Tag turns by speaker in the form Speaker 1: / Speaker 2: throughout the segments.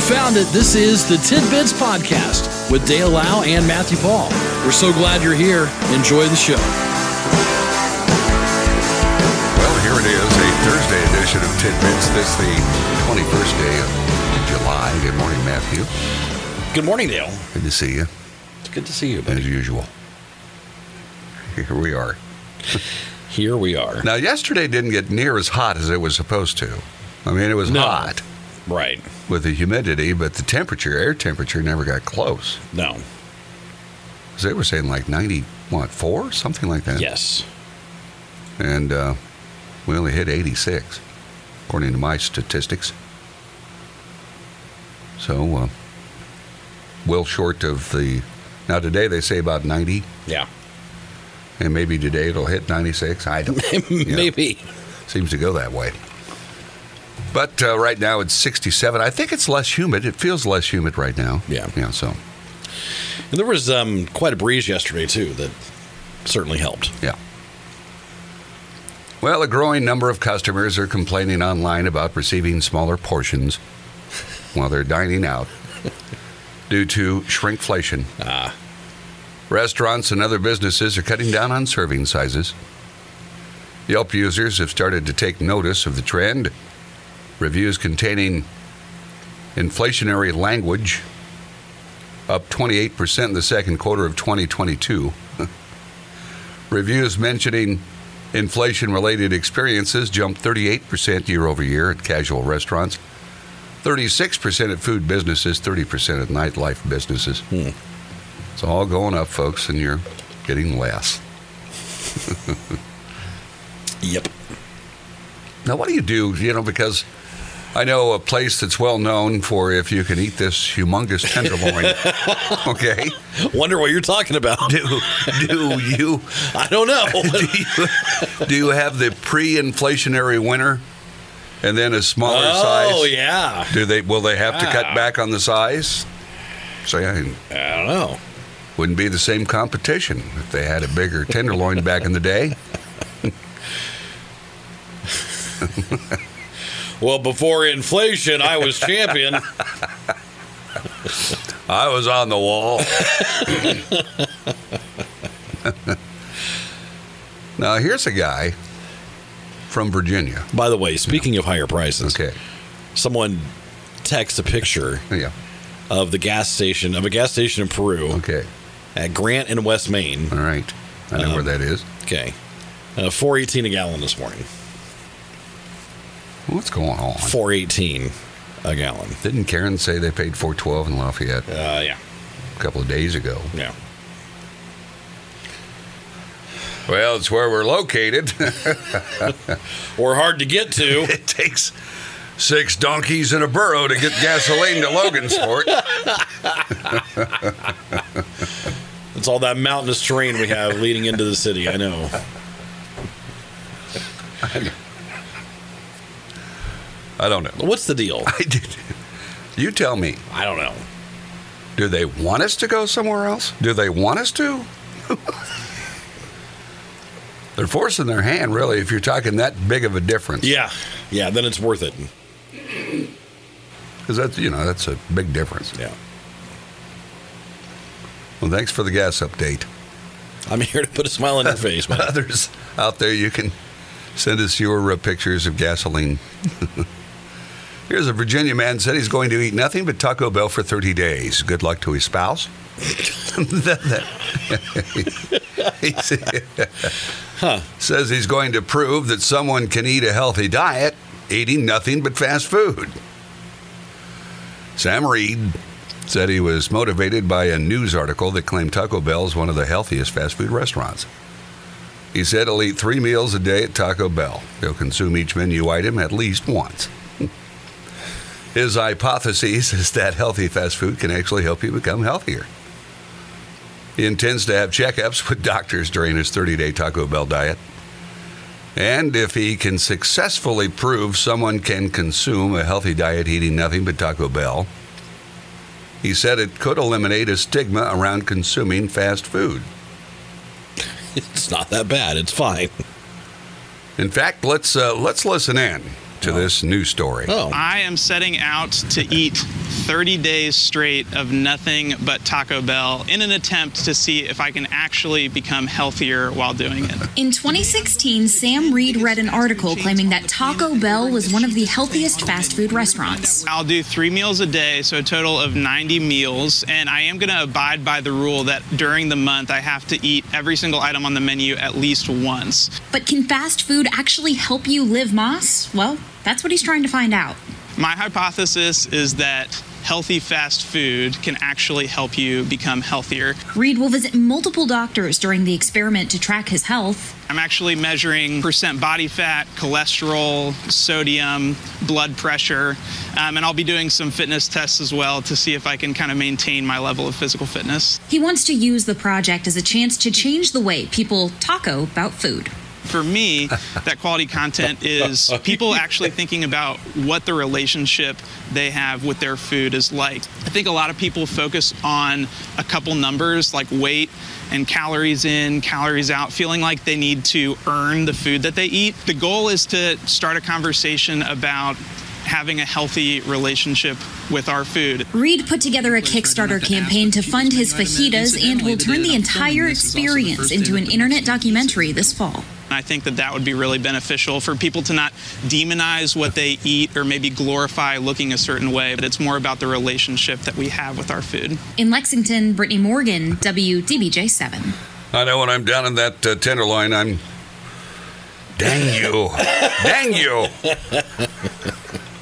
Speaker 1: found it. This is the Tidbits Podcast with Dale Lau and Matthew Paul. We're so glad you're here. Enjoy the show.
Speaker 2: Well, here it is, a Thursday edition of Tidbits. This the 21st day of July. Good morning, Matthew.
Speaker 1: Good morning, Dale.
Speaker 2: Good to see you,
Speaker 1: It's good to see you.
Speaker 2: as usual. Here we are.
Speaker 1: Here we are.
Speaker 2: Now, yesterday didn't get near as hot as it was supposed to. I mean, it was
Speaker 1: No.
Speaker 2: hot
Speaker 1: Right.
Speaker 2: with the humidity, but the temperature, air temperature, never got close.
Speaker 1: No.
Speaker 2: 'Cause they were saying like 90, what, four, something like that.
Speaker 1: Yes.
Speaker 2: And uh, we only hit 86, according to my statistics. So, uh, well short of the. Now, today they say about 90,
Speaker 1: Yeah.
Speaker 2: and maybe today it'll hit 96. I don't you know,
Speaker 1: Maybe.
Speaker 2: Seems to go that way. But uh, right now it's 67. I think it's less humid. It feels less humid right now.
Speaker 3: Yeah.
Speaker 2: Yeah, so,
Speaker 3: And there was um, quite a breeze yesterday too that certainly helped.
Speaker 2: yeah. Well, a growing number of customers are complaining online about receiving smaller portions while they're dining out due to shrinkflation.
Speaker 3: Ah,
Speaker 2: Restaurants and other businesses are cutting down on serving sizes. Yelp users have started to take notice of the trend. Reviews containing inflationary language up 28% in the second quarter of 2022. Reviews mentioning inflation related experiences jumped 38% year over year at casual restaurants, 36% at food businesses, 30% at nightlife businesses. It's all going up, folks, and you're getting less.
Speaker 3: yep.
Speaker 2: Now, what do you do? You know, because I know a place that's well known for if you can eat this humongous tenderloin. okay,
Speaker 3: Wonder what you're talking about.
Speaker 2: do do you
Speaker 3: I don't know.
Speaker 2: do you, do you have the pre-inflationary winner, and then a smaller size?
Speaker 3: oh yeah.
Speaker 2: Do they will they have to cut
Speaker 3: Ah.
Speaker 2: back on the size? So yeah, it
Speaker 3: I don't know.
Speaker 2: wouldn't be the same competition if they had a bigger tenderloin back in the day.
Speaker 3: Well, before inflation, I was champion.
Speaker 2: I was on the wall. now, here's a guy from Virginia.
Speaker 3: By the way, speaking of higher prices,
Speaker 2: Okay.
Speaker 3: someone texts a picture
Speaker 2: Yeah.
Speaker 3: of the gas station of a gas station in Peru
Speaker 2: Okay.
Speaker 3: at Grant and West Main.
Speaker 2: All right. I know where that is.
Speaker 3: Okay. Uh, 418 a gallon this morning.
Speaker 2: What's going on?
Speaker 3: 418 a gallon.
Speaker 2: Didn't Karen say they paid 412 in Lafayette
Speaker 3: Uh, yeah.
Speaker 2: a couple of days ago?
Speaker 3: Yeah.
Speaker 2: Well, it's where we're located.
Speaker 3: Or hard to get to.
Speaker 2: it takes six donkeys and a burro to get gasoline to Logansport.
Speaker 3: It's all that mountainous terrain we have leading into the city. I know.
Speaker 2: I don't know.
Speaker 3: What's the deal?
Speaker 2: I did. You tell me.
Speaker 3: I don't know.
Speaker 2: Do they want us to go somewhere else? Do they want us to? They're forcing their hand, really, if you're talking that big of a difference.
Speaker 3: Yeah, yeah. Then it's worth it.
Speaker 2: Because that's, you know, that's a big difference.
Speaker 3: Yeah.
Speaker 2: Well, thanks for the gas update.
Speaker 3: I'm here to put a smile on your face, man.
Speaker 2: Others out there, you can send us your uh, pictures of gasoline. Here's a Virginia man said he's going to eat nothing but Taco Bell for 30 days. Good luck to his spouse. He Says he's going to prove that someone can eat a healthy diet eating nothing but fast food. Sam Reed said he was motivated by a news article that claimed Taco Bell is one of the healthiest fast food restaurants. He said he'll eat three meals a day at Taco Bell. He'll consume each menu item at least once. His hypothesis is that healthy fast food can actually help you become healthier. He intends to have checkups with doctors during his 30 day Taco Bell diet. And if he can successfully prove someone can consume a healthy diet eating nothing but Taco Bell, he said it could eliminate a stigma around consuming fast food.
Speaker 3: It's not that bad. It's fine.
Speaker 2: In fact, let's uh, let's listen in to this news story.
Speaker 3: Oh,
Speaker 4: I am setting out to eat 30 days straight of nothing but Taco Bell in an attempt to see if I can actually become healthier while doing it.
Speaker 5: In 2016, Sam Reed read an article claiming that Taco Bell was one of the healthiest fast food restaurants.
Speaker 4: I'll do three meals a day, so a total of 90 meals, and I am going to abide by the rule that during the month I have to eat every single item on the menu at least once.
Speaker 5: But can fast food actually help you live Moss? Well, that's what he's trying to find out.
Speaker 4: My hypothesis is that healthy fast food can actually help you become healthier.
Speaker 5: Reed will visit multiple doctors during the experiment to track his health.
Speaker 4: I'm actually measuring percent body fat, cholesterol, sodium, blood pressure, um, and I'll be doing some fitness tests as well to see if I can kind of maintain my level of physical fitness.
Speaker 5: He wants to use the project as a chance to change the way people taco about food
Speaker 4: for me, that quality content is people actually thinking about what the relationship they have with their food is like. I think a lot of people focus on a couple numbers like weight and calories in, calories out, feeling like they need to earn the food that they eat. The goal is to start a conversation about having a healthy relationship with our food.
Speaker 5: Reed put together a Kickstarter campaign to fund his fajitas and will turn the entire experience into an internet documentary this fall.
Speaker 4: And I think that that would be really beneficial for people to not demonize what they eat or maybe glorify looking a certain way, but it's more about the relationship that we have with our food.
Speaker 5: In Lexington, Brittany Morgan, WDBJ7.
Speaker 2: I know when I'm down in that uh, tenderloin, I'm. Dang you. Dang you.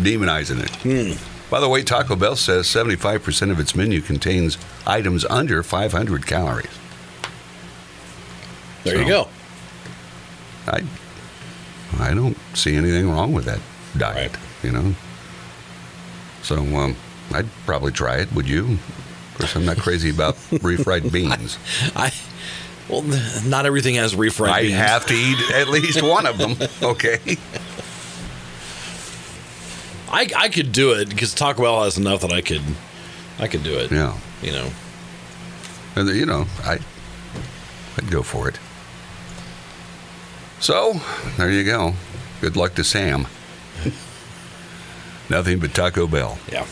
Speaker 2: Demonizing it.
Speaker 3: Hmm.
Speaker 2: Mm. By the way, Taco Bell says 75% of its menu contains items under 500 calories.
Speaker 3: There you go.
Speaker 2: I I don't see anything wrong with that diet,
Speaker 3: Right.
Speaker 2: you know. So um, I'd probably try it. Would you? Of course, I'm not crazy about refried beans.
Speaker 3: I well, th- not everything has refried
Speaker 2: I
Speaker 3: beans.
Speaker 2: have to eat at least one of them. Okay.
Speaker 3: I I could do it because Taco Bell has enough that I could I could do it.
Speaker 2: Yeah.
Speaker 3: You know.
Speaker 2: And you know, I I'd go for it. So there you go. Good luck to Sam. Nothing but Taco Bell.
Speaker 3: Yeah.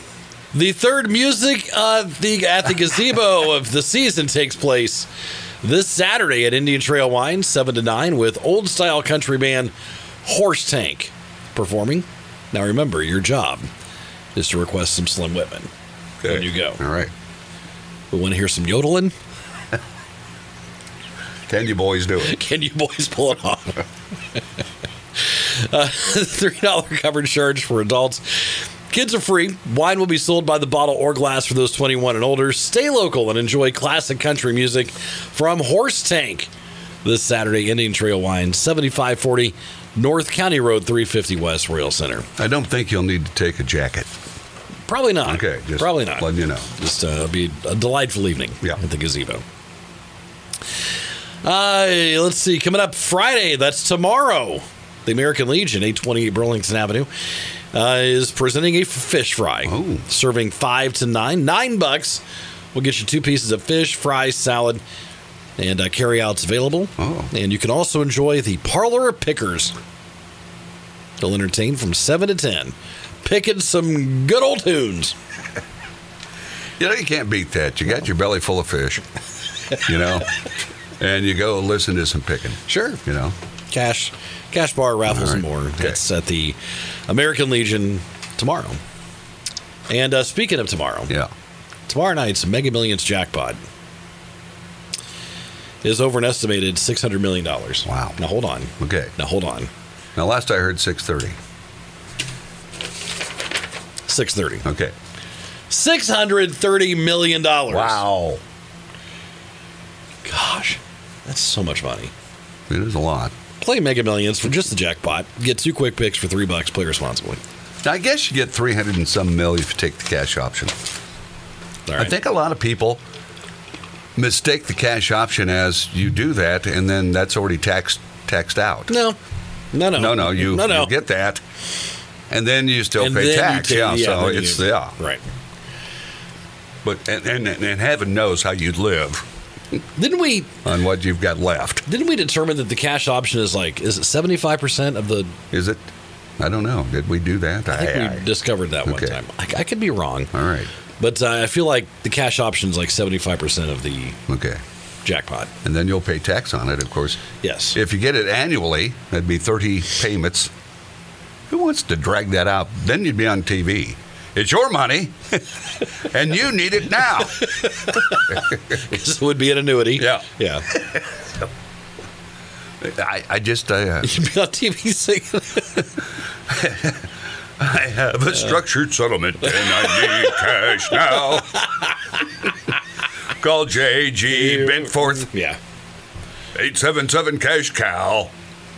Speaker 3: The third music of the at the gazebo of the season takes place this Saturday at Indian Trail Wine, seven to nine, with old style country band Horse Tank performing. Now remember, your job is to request some Slim Whitman when you go.
Speaker 2: All right.
Speaker 3: We want to hear some yodeling.
Speaker 2: Can you boys do it?
Speaker 3: Can you boys pull it off? uh, Three dollar covered charge for adults. Kids are free. Wine will be sold by the bottle or glass for those 21 and older. Stay local and enjoy classic country music from Horse Tank this Saturday. Indian Trail Wine, 7540 North County Road, 350 West Royal Center.
Speaker 2: I don't think you'll need to take a jacket.
Speaker 3: Probably not.
Speaker 2: Okay, just
Speaker 3: probably not.
Speaker 2: letting you know.
Speaker 3: Just uh, it'll be a delightful evening
Speaker 2: Yeah.
Speaker 3: at the gazebo. Uh, let's see. Coming up Friday, that's tomorrow. The American Legion, 828 Burlington Avenue, uh, is presenting a fish fry.
Speaker 2: Oh.
Speaker 3: Serving five to nine. Nine bucks. We'll get you two pieces of fish, fry, salad, and uh, carry outs available.
Speaker 2: Oh.
Speaker 3: And you can also enjoy the Parlor of Pickers. They'll entertain from 7 to 10. Picking some good old tunes.
Speaker 2: You know, you can't beat that. You got your belly full of fish, you know, and you go listen to some picking,
Speaker 3: Sure.
Speaker 2: you know.
Speaker 3: Cash, cash bar raffles and
Speaker 2: All
Speaker 3: more.
Speaker 2: right. Okay.
Speaker 3: That's at the American Legion tomorrow. And uh, speaking of tomorrow,
Speaker 2: Yeah.
Speaker 3: tomorrow night's Mega Millions jackpot is over an estimated six hundred million dollars.
Speaker 2: Wow.
Speaker 3: Now hold on.
Speaker 2: Okay.
Speaker 3: Now hold on.
Speaker 2: Now, last I heard, 6.30.
Speaker 3: Six thirty.
Speaker 2: Okay.
Speaker 3: Six hundred thirty million dollars.
Speaker 2: Wow.
Speaker 3: Gosh, that's so much money.
Speaker 2: It is a lot.
Speaker 3: Play Mega Millions for just the jackpot. Get two quick picks for three bucks. Play responsibly.
Speaker 2: Now, I guess you get 300 and some mil if you take the cash option.
Speaker 3: All
Speaker 2: I think a lot of people mistake the cash option as you do that, and then that's already taxed taxed out.
Speaker 3: No. No, no.
Speaker 2: No, no, you,
Speaker 3: no, no.
Speaker 2: you get that, and then you still
Speaker 3: And
Speaker 2: pay
Speaker 3: then you
Speaker 2: tax.
Speaker 3: take-
Speaker 2: yeah, so
Speaker 3: then you-
Speaker 2: it's, yeah.
Speaker 3: Right.
Speaker 2: But and, and and heaven knows how you'd live
Speaker 3: Didn't we
Speaker 2: on what you've got left.
Speaker 3: didn't we determine that the cash option is like is it seventy five percent of the
Speaker 2: Is it? I don't know. Did we do that?
Speaker 3: I think we discovered that one
Speaker 2: Okay.
Speaker 3: time. I, I could be wrong,
Speaker 2: All right.
Speaker 3: but uh, I feel like the cash option is like seventy five percent of the
Speaker 2: Okay.
Speaker 3: jackpot.
Speaker 2: And then you'll pay tax on it, of course.
Speaker 3: Yes.
Speaker 2: If you get it annually, that'd be 30 payments. Who wants to drag that out? Then you'd be on TV. It's your money, and you need it now.
Speaker 3: this would be an annuity.
Speaker 2: Yeah.
Speaker 3: Yeah.
Speaker 2: I, I just uh,
Speaker 3: You'd be on TV singing.
Speaker 2: I have a structured settlement, and I need cash now. Call J.G. Bentforth.
Speaker 3: yeah.
Speaker 2: 877 Cash Cow.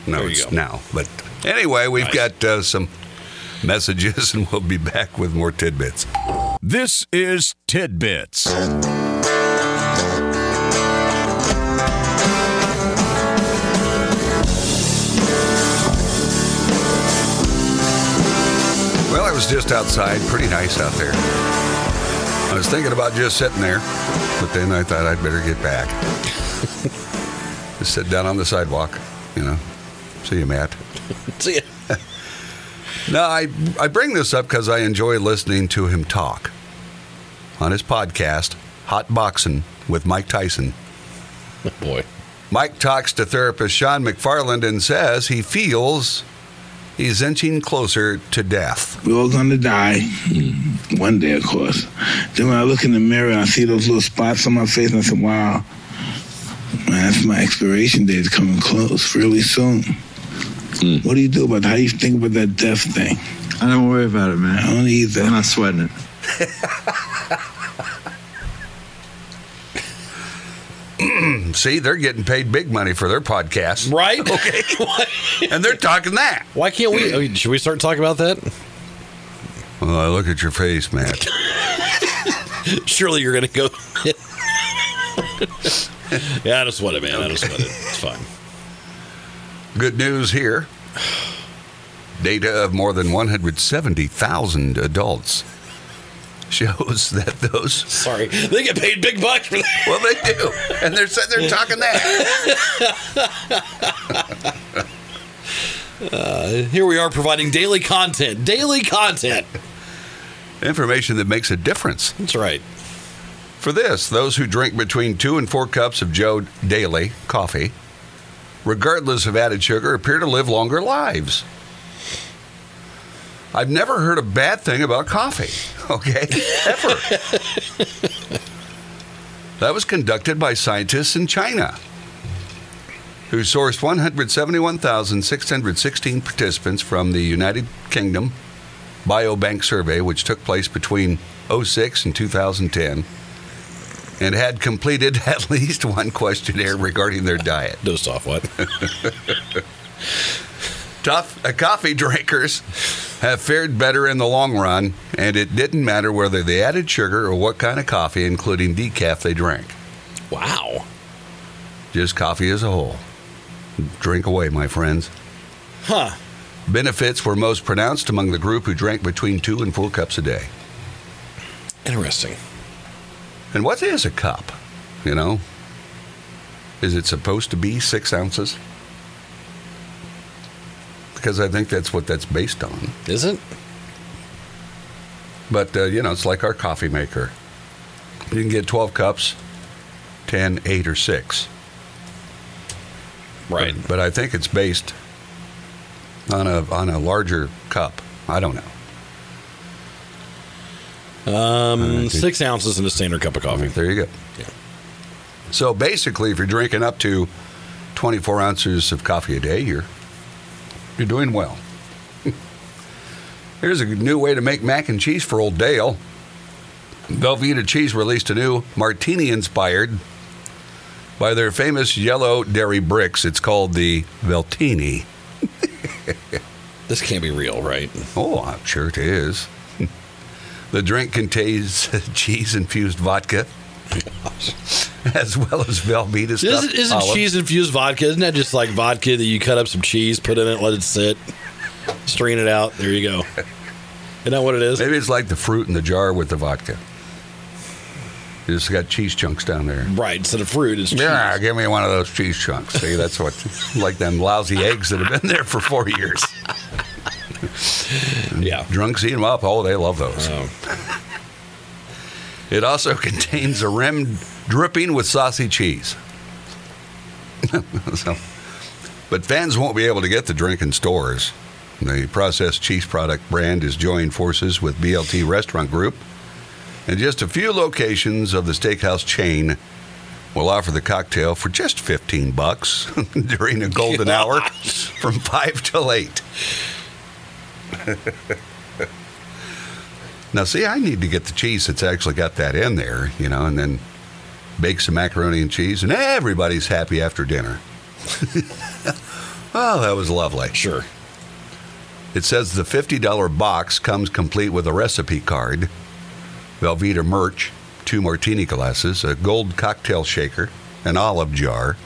Speaker 2: No,
Speaker 3: There you
Speaker 2: it's
Speaker 3: go.
Speaker 2: now. But anyway, we've
Speaker 3: Nice.
Speaker 2: got uh, some messages, and we'll be back with more tidbits.
Speaker 6: This is Tidbits.
Speaker 2: Well, I was just outside. Pretty nice out there. I was thinking about just sitting there, but then I thought I'd better get back. just sit down on the sidewalk, you know. See you, Matt.
Speaker 3: See ya.
Speaker 2: No, I, I bring this up because I enjoy listening to him talk on his podcast, Hot Boxing with Mike Tyson.
Speaker 3: Boy.
Speaker 2: Mike talks to therapist Sean McFarland and says he feels he's inching closer to death.
Speaker 7: We're all gonna die. One day, of course. Then when I look in the mirror, I see those little spots on my face, and I said, wow, man, that's my expiration date is coming close really soon. What do you do about How do you think about that death thing?
Speaker 8: Hmm. I don't worry about it, man.
Speaker 7: I don't either.
Speaker 8: I'm not sweating it.
Speaker 2: See, they're getting paid big money for their podcast,
Speaker 3: Right. Okay.
Speaker 2: and they're talking that.
Speaker 3: Why can't we? I mean, should we start talking about that?
Speaker 2: Well, I look at your face, Matt.
Speaker 3: Surely you're gonna go. yeah, I don't sweat it, man. I don't sweat it. It's fine.
Speaker 2: Good news here data of more than 170,000 adults shows that those.
Speaker 3: Sorry. They get paid big bucks for that.
Speaker 2: Well, they do. And they're sitting there talking that.
Speaker 3: Here we are providing daily content. Daily content.
Speaker 2: Information that makes a difference.
Speaker 3: That's right.
Speaker 2: For this, those who drink between two and four cups of Joe daily coffee, regardless of added sugar, appear to live longer lives. I've never heard a bad thing about coffee, okay? Ever. that was conducted by scientists in China, who sourced 171,616 participants from the United Kingdom Biobank survey, which took place between 06 and 2010 and had completed at least one questionnaire regarding their diet.
Speaker 3: Dozed off. What?
Speaker 2: Tough uh, coffee drinkers have fared better in the long run, and it didn't matter whether they added sugar or what kind of coffee, including decaf, they drank.
Speaker 3: Wow.
Speaker 2: Just coffee as a whole. Drink away, my friends.
Speaker 3: Huh.
Speaker 2: Benefits were most pronounced among the group who drank between two and four cups a day.
Speaker 3: Interesting.
Speaker 2: And what is a cup? You know? Is it supposed to be six ounces? Because I think that's what that's based on.
Speaker 3: Is it?
Speaker 2: But, uh, you know, it's like our coffee maker. You can get 12 cups, 10, 8, or 6.
Speaker 3: Right.
Speaker 2: But I think it's based on a, on a larger cup. I don't know.
Speaker 3: Um, six ounces in a standard cup of coffee.
Speaker 2: There you go.
Speaker 3: Yeah.
Speaker 2: So basically, if you're drinking up to 24 ounces of coffee a day, you're you're doing well. Here's a new way to make mac and cheese for Old Dale. Velveeta Cheese released a new martini inspired by their famous yellow dairy bricks. It's called the Veltini.
Speaker 3: This can't be real, right?
Speaker 2: Oh, I'm sure it is. the drink contains cheese infused vodka. As well as Velveeta stuff.
Speaker 3: Isn't, isn't cheese infused vodka? Isn't that just like vodka that you cut up some cheese, put in it, let it sit, strain it out? There you go. Isn't that what it is?
Speaker 2: Maybe it's like the fruit in the jar with the vodka. It's got cheese chunks down there.
Speaker 3: Right. Instead of fruit, it's cheese.
Speaker 2: Yeah, give me one of those cheese chunks. See, that's what, like them lousy eggs that have been there for four years.
Speaker 3: Yeah.
Speaker 2: Drunks eat them up. Oh, they love those.
Speaker 3: Oh.
Speaker 2: It also contains a rim dripping with saucy cheese. so, but fans won't be able to get the drink in stores. The processed cheese product brand is joining forces with BLT Restaurant Group, and just a few locations of the steakhouse chain will offer the cocktail for just 15 bucks during the golden hour from 5 till 8. Now, see, I need to get the cheese that's actually got that in there, you know, and then bake some macaroni and cheese, and everybody's happy after dinner. oh, that was lovely.
Speaker 3: Sure.
Speaker 2: It says the $50 box comes complete with a recipe card, Velveeta merch, two martini glasses, a gold cocktail shaker, an olive jar,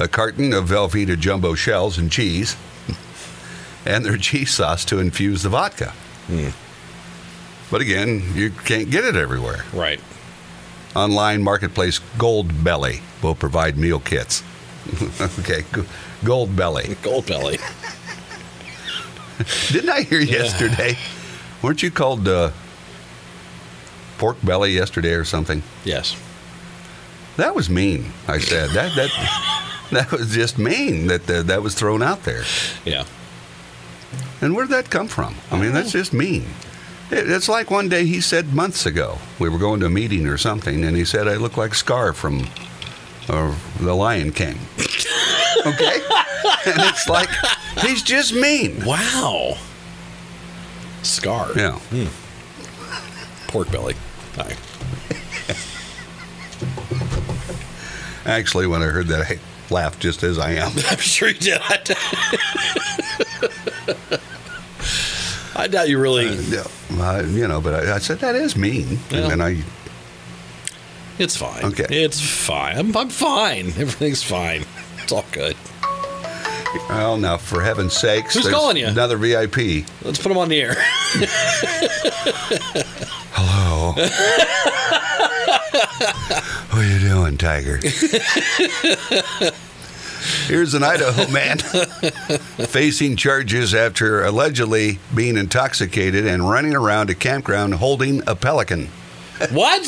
Speaker 2: a carton of Velveeta jumbo shells and cheese, and their cheese sauce to infuse the vodka. But again, you can't get it everywhere.
Speaker 3: Right.
Speaker 2: Online marketplace Gold Belly will provide meal kits. okay, G- Gold Belly.
Speaker 3: Gold belly.
Speaker 2: Didn't I hear yesterday? Weren't you called uh, pork belly yesterday or something?
Speaker 3: Yes.
Speaker 2: That was mean. I said that that that was just mean that uh, that, that was thrown out there.
Speaker 3: Yeah.
Speaker 2: And where did that come from? I mean, that's just mean. It, it's like one day he said months ago we were going to a meeting or something, and he said I look like Scar from uh, The Lion King. okay, and it's like he's just mean.
Speaker 3: Wow. Scar.
Speaker 2: Yeah.
Speaker 3: Pork belly. All right.
Speaker 2: Actually, when I heard that, I laughed just as I am.
Speaker 3: I'm sure you did. I doubt you really.
Speaker 2: Yeah, I, you know, but I, I said that is mean,
Speaker 3: Yeah.
Speaker 2: and I
Speaker 3: It's fine.
Speaker 2: Okay.
Speaker 3: It's fine. I'm, I'm fine. Everything's fine. It's all good.
Speaker 2: well now for heaven's sakes,
Speaker 3: Who's
Speaker 2: there's
Speaker 3: calling you?
Speaker 2: Another VIP.
Speaker 3: Let's put him on the air.
Speaker 2: Hello. what are you doing, Tiger? Here's an Idaho man facing charges after allegedly being intoxicated and running around a campground holding a pelican.
Speaker 3: What?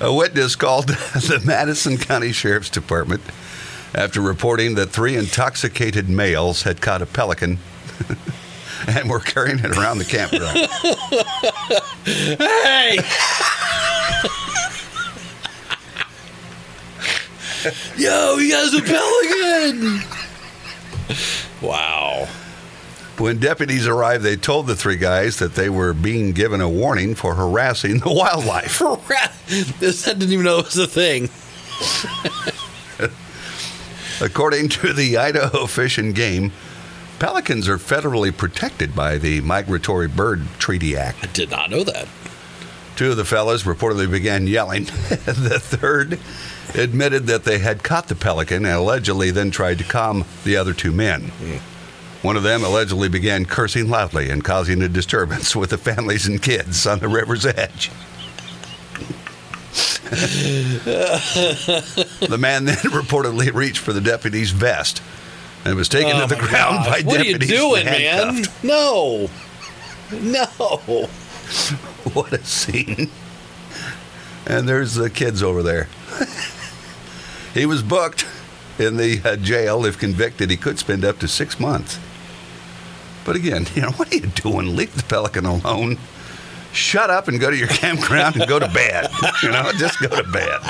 Speaker 2: A witness called the Madison County Sheriff's Department after reporting that three intoxicated males had caught a pelican and were carrying it around the campground.
Speaker 3: hey! Yo, he has a pelican! wow.
Speaker 2: when deputies arrived, they told the three guys that they were being given a warning for harassing the wildlife.
Speaker 3: This I didn't even know it was a thing.
Speaker 2: According to the Idaho Fish and Game, pelicans are federally protected by the Migratory Bird Treaty Act.
Speaker 3: I did not know that.
Speaker 2: Two of the fellas reportedly began yelling. the third admitted that they had caught the pelican and allegedly then tried to calm the other two men. One of them allegedly began cursing loudly and causing a disturbance with the families and kids on the river's edge. the man then reportedly reached for the deputy's vest and was taken
Speaker 3: Oh
Speaker 2: to the
Speaker 3: my
Speaker 2: ground
Speaker 3: gosh.
Speaker 2: by
Speaker 3: What are you
Speaker 2: deputies. and
Speaker 3: doing, man?
Speaker 2: handcuffed.
Speaker 3: No. No.
Speaker 2: What a scene. And there's the kids over there. he was booked in the uh, jail. If convicted, he could spend up to six months. But again, you know, what are you doing? Leave the pelican alone. Shut up and go to your campground and go to bed. You know, just go to bed.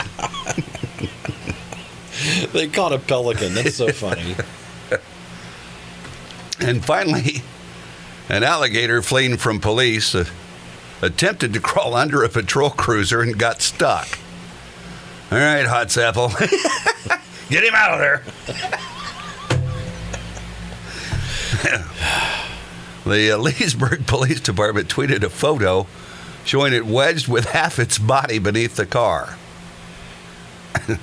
Speaker 3: They caught a pelican. That's so funny.
Speaker 2: And finally, an alligator fleeing from police uh, attempted to crawl under a patrol cruiser and got stuck. All right, hot sapple. Get him out of there. the uh, Leesburg Police Department tweeted a photo showing it wedged with half its body beneath the car.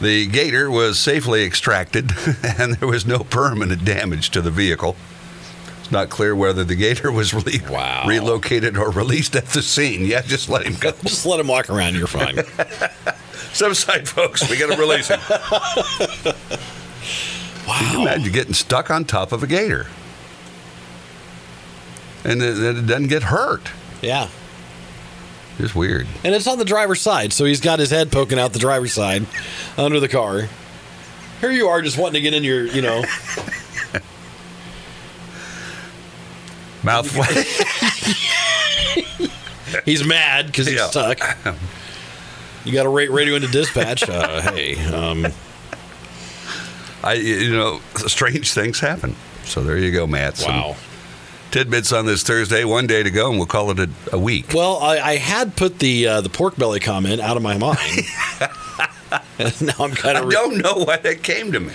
Speaker 2: The gator was safely extracted, and there was no permanent damage to the vehicle. It's not clear whether the gator was re-
Speaker 3: Wow.
Speaker 2: relocated or released at the scene. Yeah, just let him go.
Speaker 3: Just let him walk around. You're fine.
Speaker 2: Step aside, folks. We got to release him. Can you imagine getting stuck on top of a gator? And it, it doesn't get hurt.
Speaker 3: Yeah.
Speaker 2: It's weird.
Speaker 3: And it's on the driver's side, so he's got his head poking out the driver's side under the car. Here you are just wanting to get in your, you know,
Speaker 2: Mouth flaps.
Speaker 3: he's mad because he's
Speaker 2: Yeah.
Speaker 3: stuck. You got to rate radio into dispatch. Uh, hey, um,
Speaker 2: I, you know, strange things happen. So there you go, Matt. Some
Speaker 3: wow.
Speaker 2: tidbits on this Thursday. One day to go, and we'll call it a, a week.
Speaker 3: Well, I, I had put the uh, the pork belly comment out of my mind. And now I'm kind
Speaker 2: I
Speaker 3: of re-
Speaker 2: don't know why that came to me.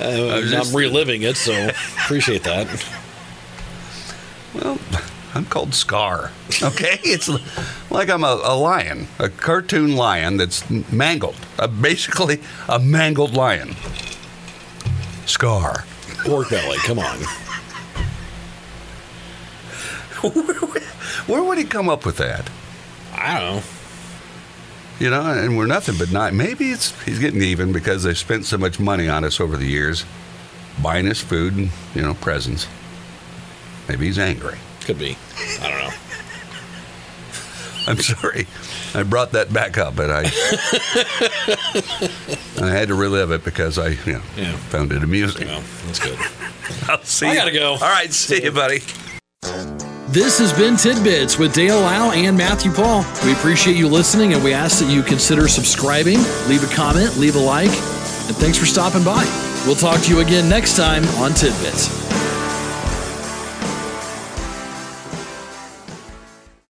Speaker 3: uh,
Speaker 2: was just-
Speaker 3: I'm reliving it, so appreciate that.
Speaker 2: Well, I'm called Scar. Okay, it's l- like I'm a, a lion, a cartoon lion that's m- mangled. Uh, basically, a mangled lion. Scar.
Speaker 3: Pork belly, come on.
Speaker 2: Where would he come up with that?
Speaker 3: I don't know.
Speaker 2: You know, and we're nothing but not. Maybe it's he's getting even because they've spent so much money on us over the years, buying us food and you know presents. Maybe he's angry.
Speaker 3: Could be. I don't know.
Speaker 2: I'm sorry, I brought that back up, but I I had to relive it because I you know,
Speaker 3: Yeah.
Speaker 2: found it amusing.
Speaker 3: No, that's good.
Speaker 2: I'll see.
Speaker 3: I
Speaker 2: you.
Speaker 3: gotta go.
Speaker 2: All right, see you, buddy.
Speaker 1: This has been Tidbits with Dale Lau and Matthew Paul. We appreciate you listening and we ask that you consider subscribing, leave a comment, leave a like, and thanks for stopping by. We'll talk to you again next time on Tidbits.